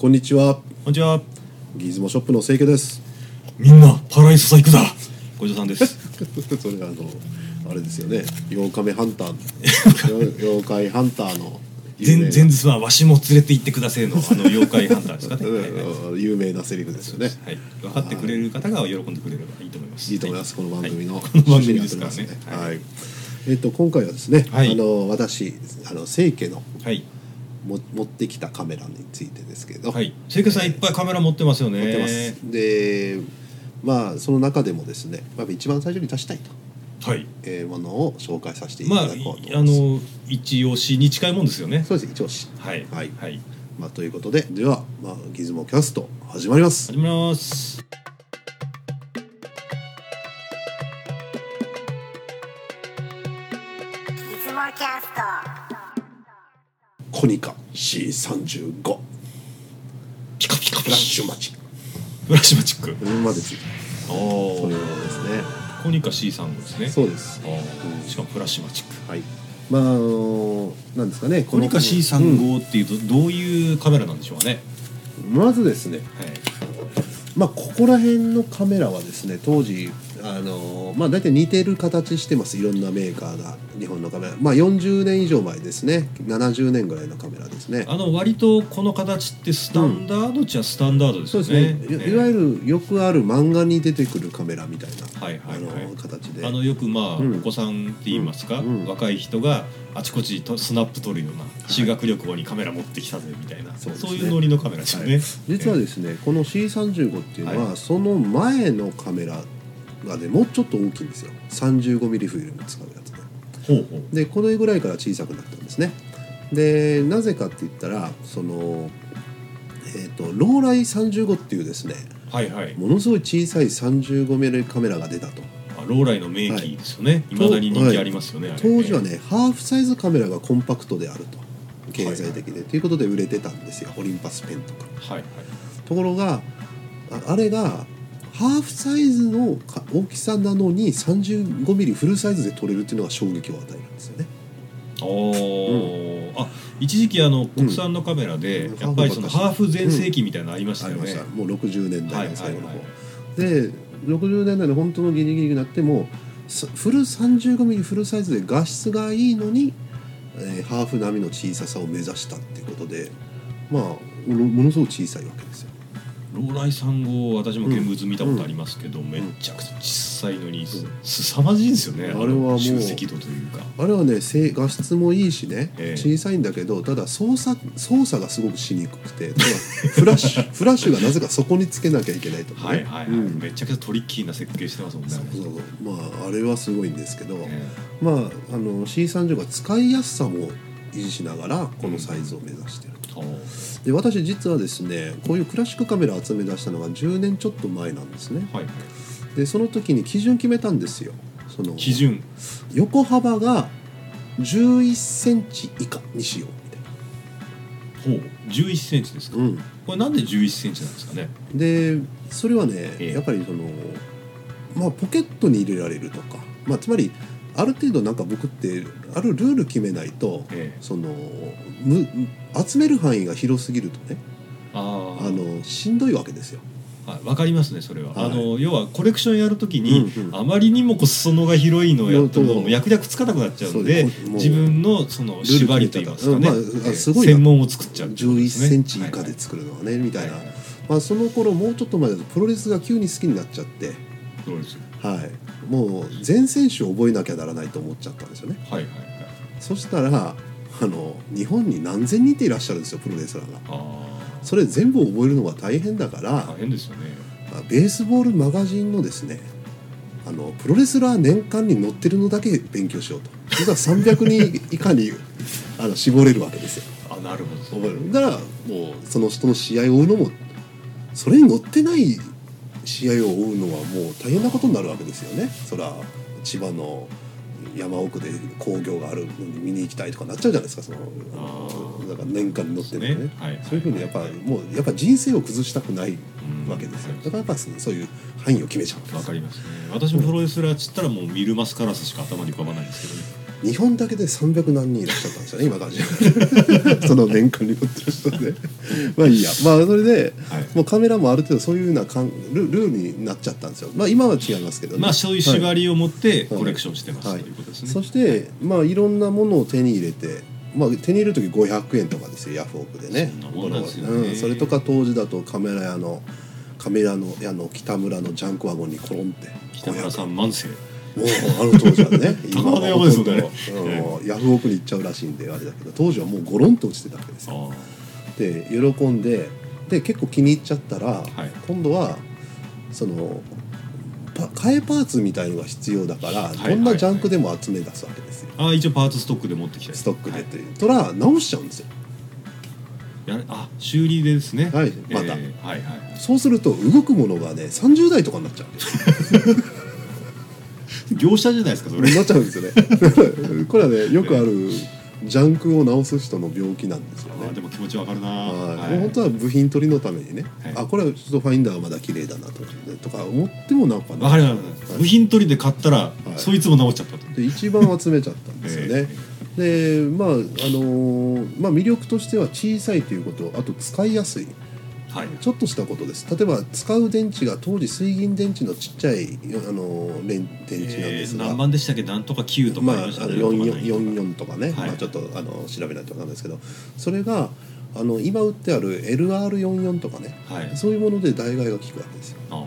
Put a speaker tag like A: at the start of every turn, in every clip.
A: こんにちは。
B: こんにちは。
A: ギーズモショップの清家です。
B: みんなパラダイスサイクだ。ごちそうさんです。
A: それあのあれですよね。妖怪ハンターの 妖怪ハンターの有名
B: 全
A: な
B: 前日はわしも連れて行ってくださいのあの妖怪ハンターですかね。はいはい
A: うん有名なセリフですよね。
B: はい、分かってくれる方が喜んでくれればいいと思います。
A: いいと思います。この番組の、
B: はいこの番組ですからね。
A: は
B: はいい。。
A: えっと今回はですね。
B: はい
A: あの私あの清家の
B: はい。
A: も持ってきたカメラについてですけど。
B: はい。せいかさんいっぱいカメラ持ってますよね。
A: 持ってます。で、まあその中でもですね。まあ一番最初に出したいと。
B: はい。
A: えー、ものを紹介させていた
B: まあ、
A: だこう
B: い
A: と思います。
B: あの、一押しに近いもんですよね。
A: そうです一押し
B: はい。
A: はい
B: はい。
A: まあ、ということででは、まあ、ギズモキャスト始まります
B: 始めます。
C: いつもキャスト
A: コニカ C35 フ
B: ピカピカ
A: ラッ
B: フラッシ
A: シュマチ
B: ュ。フラッシュマチック。
A: うんまでついて
B: お
A: そ
B: お
A: ういう。ものですね
B: コニカ C さんですね。
A: そうです
B: ああしかもフラッシュマチック。
A: はいまああのなんですかね
B: コニカ
A: うん
B: C35 っていうとどういうカメラなんでしょうね。
A: まずですね
B: はい。
A: まあここら辺のカメラはですね当時あのまあ大体似てる形してますいろんなメーカーが日本のカメラまあ40年以上前ですね70年ぐらいのカメラですね
B: あの割とこの形ってスタンダードっちゃスタンダードです
A: そう
B: よ
A: です
B: ね
A: ね。いいわ
B: る
A: ゆるよくある漫画に出てくるカメラみたいな、
B: はいはいはい
A: あの形で
B: あのよくまあ
A: うん
B: お子さんって言いますか
A: うん
B: 若い人があちこちとスナップ撮るような修学旅行にカメラ持ってきたぜみたいな
A: そう
B: そう
A: ですね
B: いうノリのカメラですよね。
A: 実はですねこの C35 っていうのは、
B: は
A: その前のカメラがねもうちょっと大きいんですよ 35mm フィルム使うやつで
B: ほうほう。
A: でこれぐらいから小さくなったんですねでなぜかって言ったらそのえっ、とローライ35っていうですね
B: はいはい。
A: ものすごい小さい 35mm カメラが出たと
B: あローライの名機ですよね。いまだに人気ありますよね。あれ
A: 当時は。ねハーフサイズカメラがコンパクトであると経済的でということで売れてたんですよオリンパスペンとか
B: はいはい。
A: ところがああれがハーフサイズのか大きさなのに 35mm フルサイズで撮れるっていうのが衝撃を与えるんですよね。
B: おーあ一時期あの国産のカメラで、
A: うん
B: やっぱりその
A: ハ
B: ハ
A: ー
B: ー
A: フ
B: フ
A: ばっかし
B: 全盛期みたいなのありました
A: あ
B: よ
A: りま
B: ね
A: し、たもう60年代
B: はいは
A: の
B: い
A: 最後の
B: は
A: 方。
B: い
A: で60年代の本当のギリギリになってもさフル 35mm フルサイズで画質がいいのに、えーハーフ並みの小ささを目指したっていうことでまあものものすごく小さいわけですよ。
B: ローライ3号私も見物見たことありますけど、めちゃくちゃ小さいのにす
A: うん
B: すさまじいんですよね
A: あれ
B: あ
A: はもう
B: の集積度というか
A: あれはねせい画質もいいしね、
B: ええ
A: 小さいんだけどただ操作操作がすごくしにくくてただフラッシ ュフラッシュがなぜかそこにつけなきゃいけないとか
B: はい
A: ね
B: はいはい、
A: うん
B: めちゃくちゃトリッキーな設計してますもんね
A: そうそうそうまああれはすごいんですけど、
B: ね
A: まああの C30 が使いやすさも維持しながらこのサイズを目指してると、
B: あー
A: で私実はですねこういうクラシックカメラを集め出したのが10年ちょっと前なんですね
B: はい
A: でその時に基準決めたんですよその
B: 基準
A: 横幅が11センチ以下にしようみたいな
B: ほう1 1ンチですか、
A: う
B: これなんで1 1ンチなんですかね
A: ん、でそれはね、
B: ええ
A: やっぱりその、まあ、ポケットに入れられるとか、まあ、つまりある程度なんか僕ってあるルール決めないと
B: ええ
A: そのむ集める範囲が広すぎるとね
B: ああ
A: あのしんどいわけですよ。
B: はい、わかりますねそれは、
A: はい
B: あの要はコレクションやるときに、
A: うんうん
B: あまりにもこう裾野が広いのをやって
A: そうそう
B: も役略つかなくなっちゃう
A: そ
B: の
A: う
B: で
A: ですもう
B: 自分のその縛りといいますかね、
A: ルール決めたうんまああ
B: えー
A: すごいな
B: 専門を作っちゃうってことで
A: 11
B: すね
A: センチ以下で作るのはね、みたいな、
B: はいはい
A: まあ、その頃もうちょっと前だとプロレスが急に好きになっちゃって、
B: そうですよ
A: はい、もう全選手を覚えなきゃならないと思っちゃったんですよね
B: はいはいはい
A: そしたらあの日本に何千人っていらっしゃるんですよプロレスラーが。
B: あ
A: それ全部覚えるのが大変だから、
B: あ大変ですよね
A: まあベースボールマガジンのですねあのプロレスラー年間に載ってるのだけ勉強しようと実は300人以下にあの絞れるわけですよ
B: あなるほ
A: 覚
B: ど
A: えるだからもうその人の試合を追うのもそれに載ってない試合を追うのはもう大変なことになるわけですよねそら千葉の山奥で工業があるのに見に行きたいとかなっちゃうじゃないですかその
B: あー
A: だから年間に載ってるのね
B: はいはい
A: そういうふうにやっぱ
B: はい
A: もうやっぱ人生を崩したくない
B: うん
A: わけですよ。
B: はい
A: だからやっぱそういう範囲を決めちゃうんです。
B: わかりますね私もプロレスラーっつったらもうミルマスカラスしか頭に浮かばないんですけどね
A: 日本だけで300何人いらっしゃったんですよね今感じ その年間に持ってる人でまあいいやまあそれで、
B: はい
A: もうカメラもある程度そういうようなかんルルールになっちゃったんですよまあ今は違いますけどね
B: まあそういう
A: は
B: 縛
A: い
B: りを持って
A: はい
B: コレクションしてます、
A: はい
B: ということですね。
A: そしてまあいろんなものを手に入れてまあ手に入れる時500円とかですよヤフオクでね
B: そんなもんなんですよね
A: うん、それとか当時だとカメラ屋のカメラの屋の北村のジャンクワゴンにコロンって
B: 北村さ
A: ん
B: ん万世
A: もうあの当時はね
B: 高田
A: は
B: 山ですよ
A: ほ
B: ね
A: とんどうんヤフオクに行っちゃうらしいんであれだけど当時はもうゴロンと落ちてたわけです
B: あ
A: よで喜んでで結構気に入っちゃったら、
B: い
A: 今度はそのパ替えパーツみたいのが必要だから、
B: い
A: どんなジャンクでも集め出すわけですよ、
B: あああ一応パーツストックで持ってきたり
A: ストックでっていう、とら直しちゃうんですよ
B: はいやあ修理でですね
A: はい
B: えー
A: また
B: はいはい
A: そうすると動くものがね30代とかになっちゃうんですよ
B: 業者じゃないですかそれ
A: なっちゃうんですよね これはねよくあるジャンクを直す人の病気なんですよ
B: あー
A: ね
B: でも気持ちわかるな
A: はい
B: は
A: もう
B: い
A: 本当は部品取りのためにね、
B: はい
A: あこれはちょっとファインダーはまだ綺麗だなとかねとか思ってもなんかね
B: わかるわかる部品取りで買ったら
A: い
B: そいつも直っちゃったと
A: で一番集めちゃったんですよね、でまああのーまあ、魅力としては小さいということあと使いやすい
B: はい
A: ちょっとしたことです例えば使う電池が当時水銀電池のちっちゃい、あのー連電池なん
B: え
A: です
B: ー
A: が、
B: 何番でしたっけなんとか9とか
A: ま
B: あ
A: あ、あ
B: り
A: の
B: ましたね
A: 44とかね、
B: はい
A: まあ、ちょっとあの調べないとわかんないですけどそれがあの今売ってある LR44 とかね
B: はい
A: そういうもので代替えが効くわけですよ
B: あ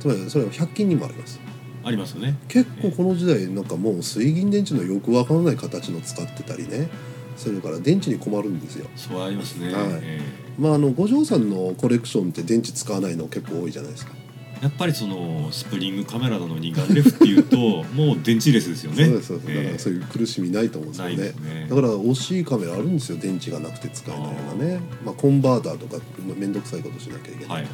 A: つまりそれは100均にもあります
B: ーありますよね
A: 結構この時代なんかもう水銀電池のよくわからない形の使ってたりねそれから電池に困るんですよ
B: そうありますね
A: はい
B: え
A: まああの五条さんのコレクションって電池使わないの結構多いじゃないですか、
B: ーやっぱりそのスプリングカメラなのにガンレフってい うともう電池レスですよね
A: そうですそうです、だ
B: え
A: か
B: ー
A: らそういう苦しみないと思うんですよ
B: ない
A: ね
B: ですね
A: だから惜しいカメラあるんですよ電池がなくて使えないようなねまあ、コンバーターとか面倒くさいことしなきゃいけない、
B: はいはい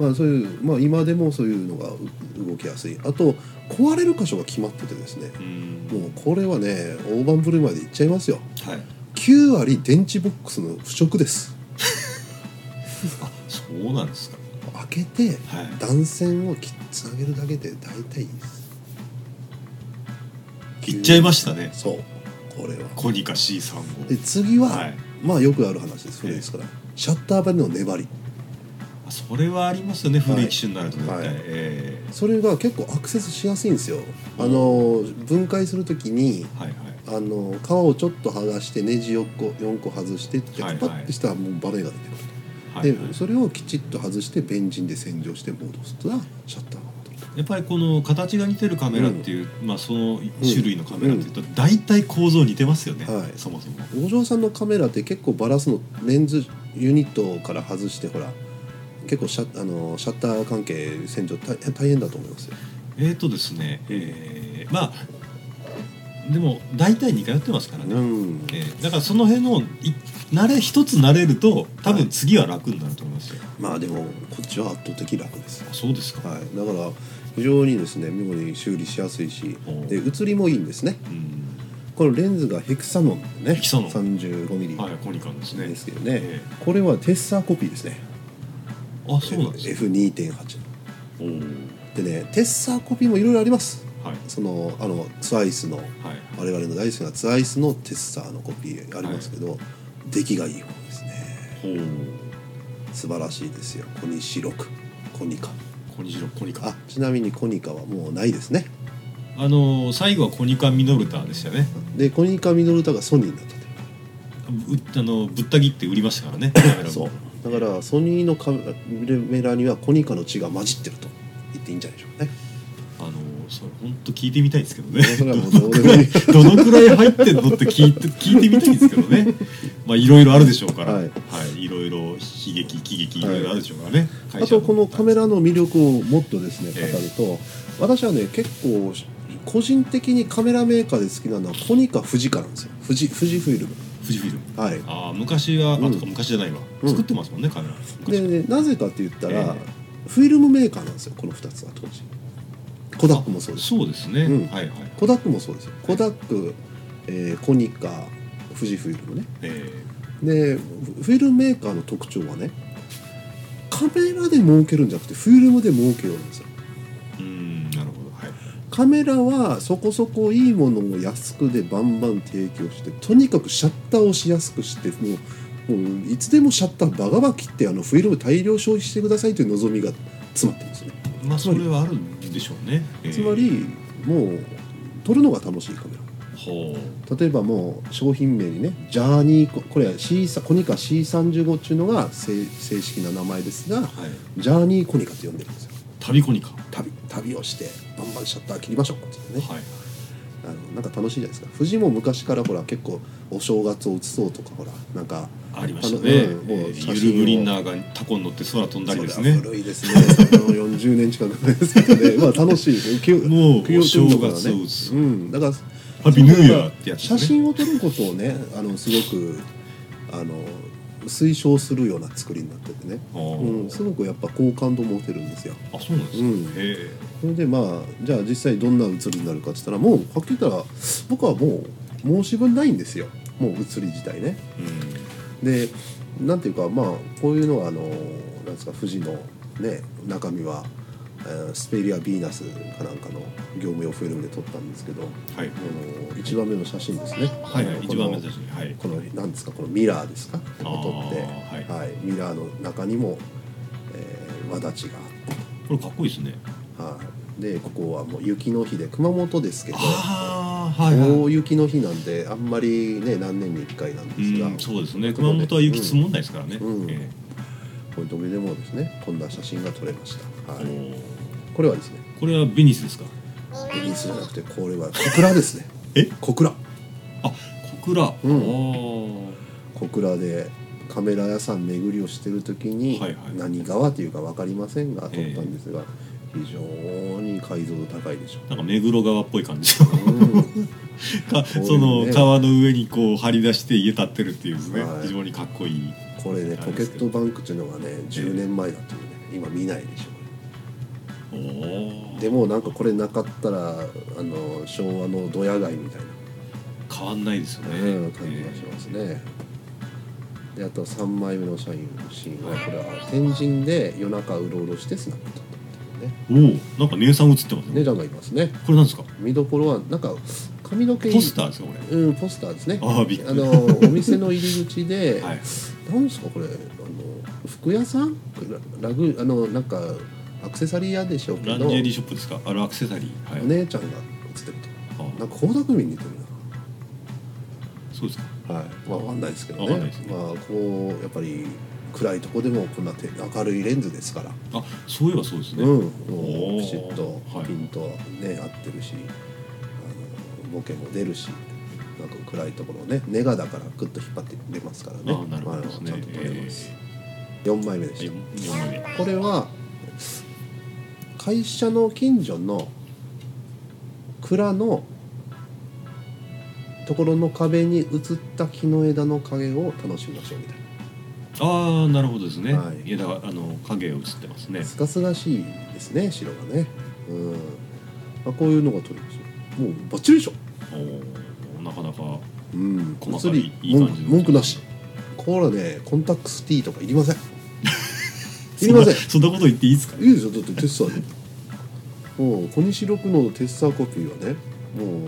A: まあ、そういう、まあ、今でもそういうのがう動きやすいあと壊れる箇所が決まっててですね
B: うん
A: もうこれはね大盤振る舞いでいっちゃいますよ
B: はい
A: 9割電池ボックスの腐食です
B: あそうなんですか
A: 開けて
B: はい
A: 断線をきつなげるだけで大体いいです
B: いっちゃいましたね
A: そうこれは
B: コニカ C 3
A: で
B: 5
A: 次は、
B: はい
A: まあよくある話です古いですから、シャッター張りの粘り
B: あそれはありますよね
A: はい
B: 古い機種になると絶対、
A: はい
B: え
A: それが結構アクセスしやすいんですよあの分解するときに
B: ーはいはい
A: あの皮をちょっと剥がしてネジをこ4個外してって
B: はいはい
A: パッてしたらもうバネが出てくる、
B: はいはい
A: でそれをきちっと外してベンジンで洗浄して戻すとシャッターが戻る
B: やっぱりこの形が似てるカメラっていう、まあその種類のカメラっていうと大体構造似てますよね、
A: はい
B: そもそも
A: 五条さんのカメラって結構バラすのレンズユニットから外してほら結構シャあのシャッター関係洗浄大大変だと思いますよ
B: えーとですね、えーまあでも大体似通ってますからね、
A: うん
B: えーだからその辺のい慣れ一つ慣れると多分次は楽になると思いますよ、
A: まあでもこっちは圧倒的楽ですよ
B: あそうですか、
A: はい、だから非常にですね妙に修理しやすいし
B: おう
A: で写りもいいんですね
B: うん
A: このレンズがヘクサノンでね
B: ヘキサノン
A: 35mm
B: はいコニカンですね
A: ですけどね、
B: え
A: これはテッサーコピーですね
B: あそうなんですね
A: F2.8
B: おー
A: でねテッサーコピーもいろいろあります
B: はい
A: そのあのツアイスの
B: はい
A: 我々の大好きなツアイスのテッサーのコピーありますけど、出来がいい方ですね
B: おー
A: 素晴らしいですよコニシロクコニカ
B: コニジロコニカ
A: あちなみにコニカはもうないですね
B: あのー最後はコニカミノルターでしたよね
A: でコニカミノルタがソニーになったと
B: ぶあのぶった切って売りましたからねカメラも
A: そうだからソニーのカメラにはコニカの血が混じってると言っていいんじゃないでしょう かね
B: あのそれ本当聞いてみたいですけどね
A: それはもうどうでもいい
B: どのくらい入ってんのって聞いて聞いてみたいんですけどねまあいろいろあるでしょうから
A: は
B: はいい、い、ろいろ悲劇喜劇いろいろあるでしょうからね、会
A: あ
B: 社
A: とこのカメラの魅力をもっとですね
B: ええ
A: 語ると、私はね結構個人的にカメラメーカーで好きなのはコニカ富士カなんですよ富士富士フイルム
B: 富士フィルム
A: はい
B: ああ昔は、
A: うん
B: あとか昔じゃないわ、
A: うん
B: 作ってますもんねカメラ
A: で
B: 昔
A: ねなぜかって言ったら、
B: え
A: フィルムメーカーなんですよこの2つは当時コダックもそうです
B: そうですね、
A: うん
B: はいはい
A: コダックもそうですよコダック、えーコニカ富士フィルムね
B: え
A: でフィルムメーカーの特徴はねカメラで儲けるんじゃなくてフィルムで儲けようなんですよ
B: ー、うーんなるほどはい
A: カメラはそこそこいいものを安くでバンバン提供してとにかくシャッターをしやすくしてもうもういつでもシャッターバガバ切ってあのフィルム大量消費してくださいという望みが詰まってるんですね。
B: まあそれはあるんでしょうね
A: つま、りもう撮るのが楽しいカメラ。
B: えーほ
A: 例えばもう商品名にねジャーニーコこれは C さコニカ C35 っていうのが正正式な名前ですが
B: うはい
A: ジャーニーコニカって呼んでるんですよ
B: 旅コニカは
A: 旅旅をしてバンバンシャッター切りましょうって
B: い
A: ね、あのなんか楽しいじゃないですか富士も昔からほら結構お正月を移そうとかほらなんか
B: ありましたね、
A: あのうんもう
B: えー
A: 写真を
B: ゆるブリンナーがタコに乗って空飛んだりです
A: そ
B: ね
A: れは古いですねあの40年近く前ですけど ねまあ楽しいですねきゅ
B: もう
A: 供養してるところは
B: お正月を移す
A: うんだから
B: ハッピーニューイヤーってやつ
A: 写
B: ですね
A: 真を撮ることをねあのすごくあの推奨するような作りになっててね、
B: あー
A: うん、すごくやっぱ好感度持てるんですよ
B: あそうなんですね、
A: うん
B: え
A: それでまあじゃあ実際どんな写りになるかって言ったらもうはっきり言ったら僕はもう申し分ないんですよもう写り自体ね
B: え
A: でなんていうかまあこういうのはあのなんですか富士のね中身は、えースペリア・ヴィーナスかなんかの業務用フィルムで撮ったんですけど
B: うん、はい
A: あの一番目の写真ですね
B: はいはい
A: あの
B: 一番目の写真はい
A: この何ですかこのミラーですかここを撮っ
B: あー
A: て、
B: は
A: はいミラーの中にも、えー、輪立ちが
B: これかっこいいですね
A: あって、はい、でここはもう雪の日で熊本ですけど
B: ああはいはい
A: 大雪の日なんであんまりね何年に1回なんですが、
B: うん、そうですね
A: ということ
B: 熊
A: で
B: 本は雪積もんないですからね、
A: うん
B: え
A: これどめでもですねこんな写真が撮れました、
B: え
A: は
B: お
A: い、
B: ー
A: これはですね
B: これはベニスですか
A: ベニスじゃなくてこれは小倉です ね
B: え
A: 小倉
B: あ小倉、あ
A: うん
B: ー
A: 小倉でカメラ屋さん巡りをしてる時に
B: はいはい
A: 何川というか分かりませんが撮ったんですが、非常に解像度高いでしょ
B: なんか目黒川っぽい感じの
A: う、うん、
B: か
A: こういうね
B: その川の上にこう張り出して家建ってるっていうですね、
A: はい
B: 非常にかっこいい
A: これねポケットバンクっていうのがね10年前だったのね今見ないでしょ
B: おー
A: でもなんかこれなかったらあの昭和のドヤ街みたいな
B: 変わんないですよね、
A: うん感じがしますね。であと3枚目の社員のシーンはこれは天神で夜中うろうろしてスナックとったね
B: えーおおなんか姉さん映ってますね
A: 姉ちゃんがいますね
B: これなんですか
A: 見どころはなんか髪の毛
B: ポスターですかこれ
A: うんポスターですね
B: あーびっくり
A: のお店の入り口で、
B: はい
A: なんですかこれあの服屋さんララグあのなんかアクセサリー屋でしょうけ
B: ラ
A: ど
B: ンジェリーショップですかあれアクセサリーはい、
A: お姉ちゃんが映ってる
B: あ
A: となんか倖田來未に似てるな
B: そうですか
A: はい、まあ、わかんないですけど
B: わか
A: ね
B: んないですね
A: まあこうやっぱり暗いとこでもこんな手明るいレンズですから、
B: あそういえばそうですね、
A: うん、も
B: お
A: う
B: ー
A: きちっと
B: はい
A: ピントはね、合ってるしあのボケも出るしなんか暗いところをねネガだからグッと引っ張って出ますからね
B: あなるほどですね、
A: まあちゃんと撮れます、
B: え
A: 4枚目で
B: ー
A: し
B: 四枚目
A: たこれは会社の近所の蔵のところの壁に映った木の枝の影を楽しみましょうみたいな。
B: ああなるほどですね、
A: はい
B: 枝があの影が映ってますね
A: すがすがしいですね白がねうん、まあ、こういうのが取れますよもうバッチリでしょ
B: おおなかなか
A: うん
B: 細か
A: 釣
B: い
A: り
B: いい感じ
A: 文
B: の
A: 句文句なしこれはねコンタックス T とかいりま せんいりません
B: そんなそんなこと言っていいですか
A: いいですよだってテッサーでもう小西六のテッサーコピーはねもう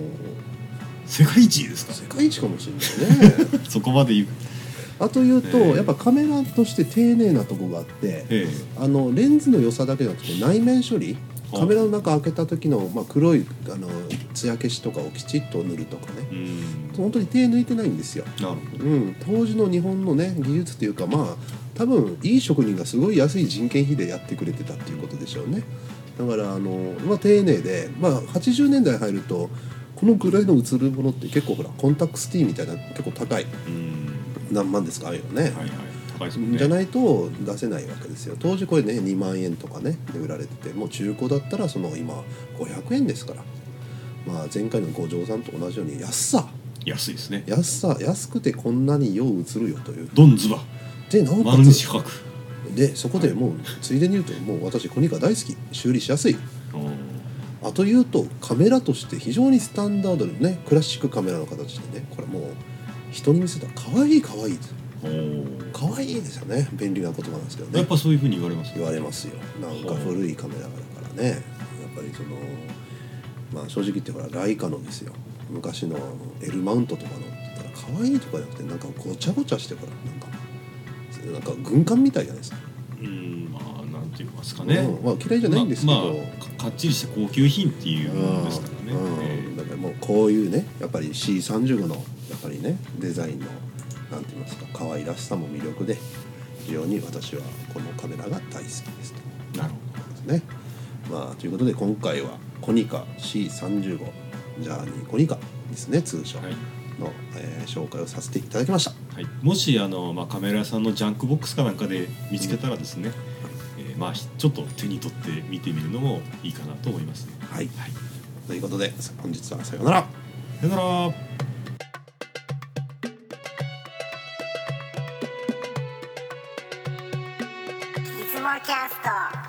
B: 世界一ですか
A: 世界一かもしれないね
B: そこまで言う
A: あというと、
B: ええ
A: やっぱカメラとして丁寧なとこがあって
B: ええ
A: あのレンズの良さだけじゃなくて内面処理
B: あ
A: カメラの中開けた時の、まあ、黒いあの艶消しとかをきちっと塗るとかね
B: うんなる
A: 本当に手抜いてないんですよ、
B: ほど
A: うん、当時の日本のね技術というかまあ多分いい職人がすごい安い人件費でやってくれてたっていうことでしょうねだからあの、まあ、丁寧で、まあ、80年代入るとこのぐらいの映るものって結構ほらコンタックス T みたいな結構高い
B: うん
A: 何万ですかああいうのね、
B: はいはい高いですもんね
A: じゃ
B: い
A: ないと出せないわけですよ当時これね2万円とかねで売られててもう中古だったらその今500円ですから、まあ、前回の五条さんと同じように安さ
B: 安いですね
A: 安さ安くてこんなによう映るよという
B: ドンズバ
A: でなおか
B: 万日
A: つ
B: 価格
A: でそこでもうついでに言うともう私コニカ大好き修理しやすいあというとカメラとして非常にスタンダードでねクラシックカメラの形でねこれもう人に見せたら可愛い可愛い
B: おー
A: 可愛いですよね便利な言葉なんですけどね
B: やっぱそういうふうに言われます
A: 言われますよなんか古いカメラだからねやっぱりそのまあ正直言ってほらライカのですよ昔のあのエルマウントとかのって言ったら可愛いとかじゃなくてなんかごちゃごちゃしてほらなんかなんか軍艦みたいじゃないですか、
B: うんまあなんて言いますかね、
A: うんまあ嫌いじゃないんですけど、
B: ままあかかっちりした高級品っていうものですからね、
A: うん
B: え
A: だからもうこういうねやっぱり C35 のやっぱりねデザインのなんて言いますか可愛らしさも魅力で非常に私はこのカメラが大好きですと。
B: えなるほ
A: ですね。まあということで今回はコニカ C35 ジャーニーコニカですね通称
B: ど、
A: の、
B: はい
A: えー紹介をさせていただきました。
B: はい、もしあの、まあ、カメラ屋さんのジャンクボックスかなんかで見つけたらですね、えーまあ、ひちょっと手に取って見てみるのもいいかなと思いますね。
A: はい、
B: はい、
A: ということで本日はさようなら。
B: さよなら
C: いつもキャスト